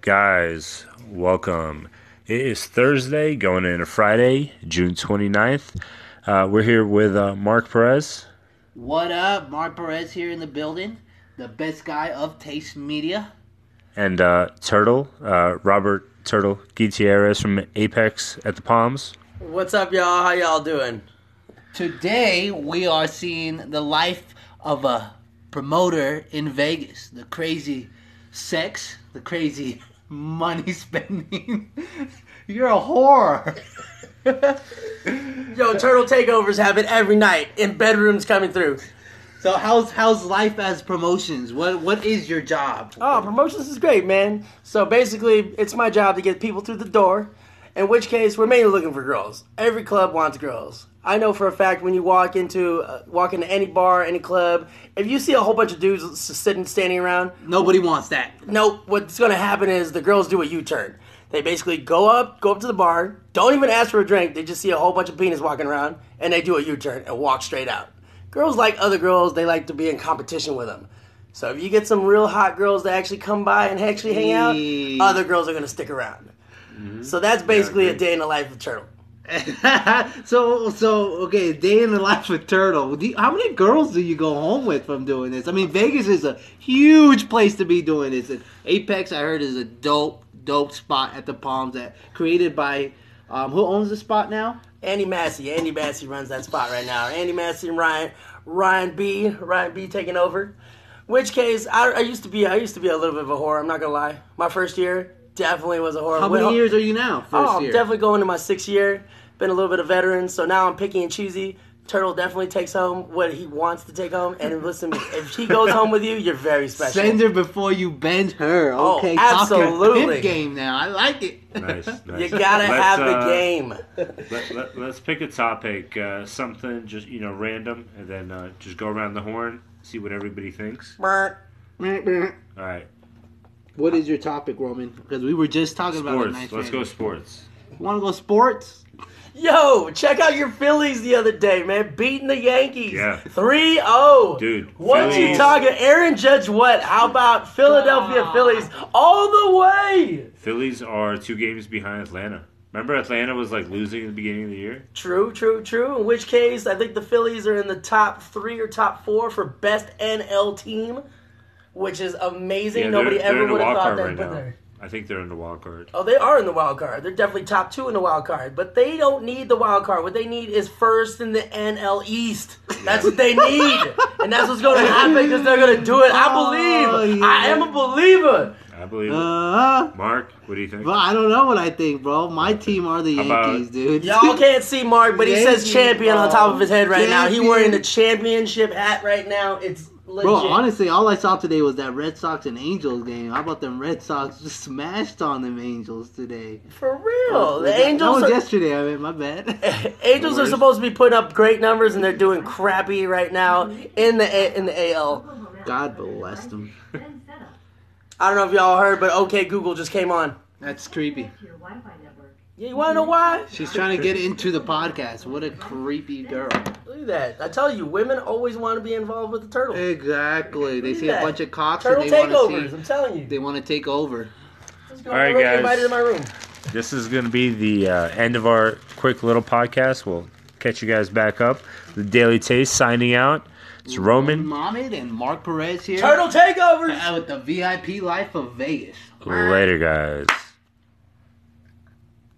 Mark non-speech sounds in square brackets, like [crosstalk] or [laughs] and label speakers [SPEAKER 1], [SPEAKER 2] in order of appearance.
[SPEAKER 1] Guys, welcome. It is Thursday, going into Friday, June 29th. Uh, we're here with uh, Mark Perez.
[SPEAKER 2] What up? Mark Perez here in the building, the best guy of Taste Media.
[SPEAKER 1] and uh, Turtle, uh, Robert Turtle Gutierrez from Apex at the Palms.
[SPEAKER 3] What's up, y'all? How y'all doing?
[SPEAKER 2] Today, we are seeing the life of a promoter in Vegas. The crazy sex, the crazy [laughs] money spending. [laughs] You're a whore.
[SPEAKER 3] Yo, turtle takeovers happen every night, and bedrooms coming through.
[SPEAKER 2] So how's how's life as promotions? What what is your job?
[SPEAKER 3] Oh, promotions is great, man. So basically, it's my job to get people through the door. In which case, we're mainly looking for girls. Every club wants girls. I know for a fact when you walk into uh, walk into any bar, any club, if you see a whole bunch of dudes s- sitting, standing around,
[SPEAKER 2] Nobody wants that.
[SPEAKER 3] nope. What's going to happen is the girls do a U turn. They basically go up, go up to the bar, don't even ask for a drink. They just see a whole bunch of penis walking around, and they do a U turn and walk straight out. Girls like other girls; they like to be in competition with them. So if you get some real hot girls that actually come by and actually hang out,
[SPEAKER 2] Mm.
[SPEAKER 3] other girls are going to stick around. So that's basically a day in the life of Turtle.
[SPEAKER 2] so so okay, day in the life of turtle. Do you- how many girls do you go home with from doing this? I mean, Vegas is a huge place to be doing this. And Apex, I heard, is a dope dope spot at the Palms that created by um, who owns the spot now?
[SPEAKER 3] Andy Massey, Andy Massey runs that spot right now. Andy Massey and Ryan, Ryan B, Ryan B taking over. Which case, I, I used to be, I used to be a little bit of a whore. I'm not gonna lie. My first year definitely was a whore.
[SPEAKER 2] How
[SPEAKER 3] Uh, Well,
[SPEAKER 2] many years are you now? First
[SPEAKER 3] Oh, I'm
[SPEAKER 2] year?
[SPEAKER 3] definitely going to my sixth year. Been a little bit of veteran, so now I'm picky and choosy. Turtle definitely takes home what he wants to take home. And listen, if
[SPEAKER 2] [laughs]
[SPEAKER 3] he goes home with you, you're very special.
[SPEAKER 2] Send her before you bend her.
[SPEAKER 3] Oh,
[SPEAKER 2] Okay, talk your
[SPEAKER 3] absolutely.
[SPEAKER 2] pimp game now. I like it.
[SPEAKER 1] Nice,
[SPEAKER 3] [laughs] you
[SPEAKER 1] nice.
[SPEAKER 3] gotta
[SPEAKER 1] Let's,
[SPEAKER 3] have the
[SPEAKER 1] uh,
[SPEAKER 3] game.
[SPEAKER 1] Let, let, let's pick a topic, uh, something just you know random, and then uh, just go around the horn, see what everybody thinks.
[SPEAKER 3] Brr.
[SPEAKER 1] All right,
[SPEAKER 2] [laughs] What is your topic, Roman? Because we were just talking about it.
[SPEAKER 1] sports.
[SPEAKER 2] Nice
[SPEAKER 1] Let's go sports.
[SPEAKER 2] Want to go sports?
[SPEAKER 3] Yo, check out your Phillies the other day, man. Beating the Yankees.
[SPEAKER 1] Yeah.
[SPEAKER 3] 3 0.
[SPEAKER 1] Dude,
[SPEAKER 3] What you
[SPEAKER 1] Phillies-
[SPEAKER 3] talking? Aaron Judge, what? How about Philadelphia Phillies all the way?
[SPEAKER 1] Phillies are two games behind Atlanta. Remember, Atlanta was like losing at the beginning of the year.
[SPEAKER 3] True, true, true. In which case, I think the Phillies are in the top three or top four for best NL team, which is amazing.
[SPEAKER 1] Yeah,
[SPEAKER 3] Nobody
[SPEAKER 1] they're, they're
[SPEAKER 3] ever
[SPEAKER 1] in the
[SPEAKER 3] would have
[SPEAKER 1] wild
[SPEAKER 3] thought
[SPEAKER 1] card
[SPEAKER 3] that.
[SPEAKER 1] right
[SPEAKER 3] but
[SPEAKER 1] now.
[SPEAKER 3] they're-
[SPEAKER 1] I think they're in the wild card.
[SPEAKER 3] Oh, they are in the wild card. They're definitely top two in the wild card, but they don't need the wild card. What they need is first in the NL East. That's what they need, and that's what's going to happen because they're going to do it. I
[SPEAKER 2] Oh,
[SPEAKER 3] believe.
[SPEAKER 2] yeah.
[SPEAKER 3] I am a believer.
[SPEAKER 1] I believe. it.
[SPEAKER 2] Uh,
[SPEAKER 1] Mark, what do you think?
[SPEAKER 2] well, I don't know what I think, bro. My team are the
[SPEAKER 1] How about-
[SPEAKER 2] Yankees, dude.
[SPEAKER 3] Y'all can't see Mark, but he says
[SPEAKER 2] Yankees,
[SPEAKER 3] champion on top of his head right now. He
[SPEAKER 2] champion.
[SPEAKER 3] wearing the championship hat right now. It's
[SPEAKER 2] [laughs]
[SPEAKER 3] legit.
[SPEAKER 2] Bro, honestly, all I saw today was that Red Sox and Angels game. How about them Red Sox just smashed on them Angels today?
[SPEAKER 3] For real, Oh, the
[SPEAKER 2] That-
[SPEAKER 3] Angels
[SPEAKER 2] That was
[SPEAKER 3] are,
[SPEAKER 2] yesterday. I mean, my bad.
[SPEAKER 3] [laughs]
[SPEAKER 2] [laughs]
[SPEAKER 3] Angels are
[SPEAKER 1] Where's-
[SPEAKER 3] supposed to be putting up great numbers, and they're doing crappy right now in the A- in the AL.
[SPEAKER 2] God bless them.
[SPEAKER 3] I don't know if y'all heard, but OK Google just came on.
[SPEAKER 2] That's creepy.
[SPEAKER 3] Yeah, you want to know why?
[SPEAKER 2] She's trying to get into the podcast. What a creepy girl.
[SPEAKER 3] Look at that. I tell you, women always want to be involved with the turtle.
[SPEAKER 2] Exactly. They
[SPEAKER 3] Look at
[SPEAKER 2] see a
[SPEAKER 3] that.
[SPEAKER 2] bunch of cocks
[SPEAKER 3] Turtle
[SPEAKER 2] and they want
[SPEAKER 3] takeovers.
[SPEAKER 2] to see.
[SPEAKER 3] I'm telling you.
[SPEAKER 2] They want to take over.
[SPEAKER 3] Let's
[SPEAKER 1] All right, guys.
[SPEAKER 3] Invited to my room.
[SPEAKER 1] This is going to be the uh, end of our quick little podcast. We'll catch you guys back up. The Daily Taste signing out. It's Roman.
[SPEAKER 2] Mohamed and Mark Perez here.
[SPEAKER 3] Turtle takeovers.
[SPEAKER 2] Uh, with the VIP life of Vegas.
[SPEAKER 1] Later, guys.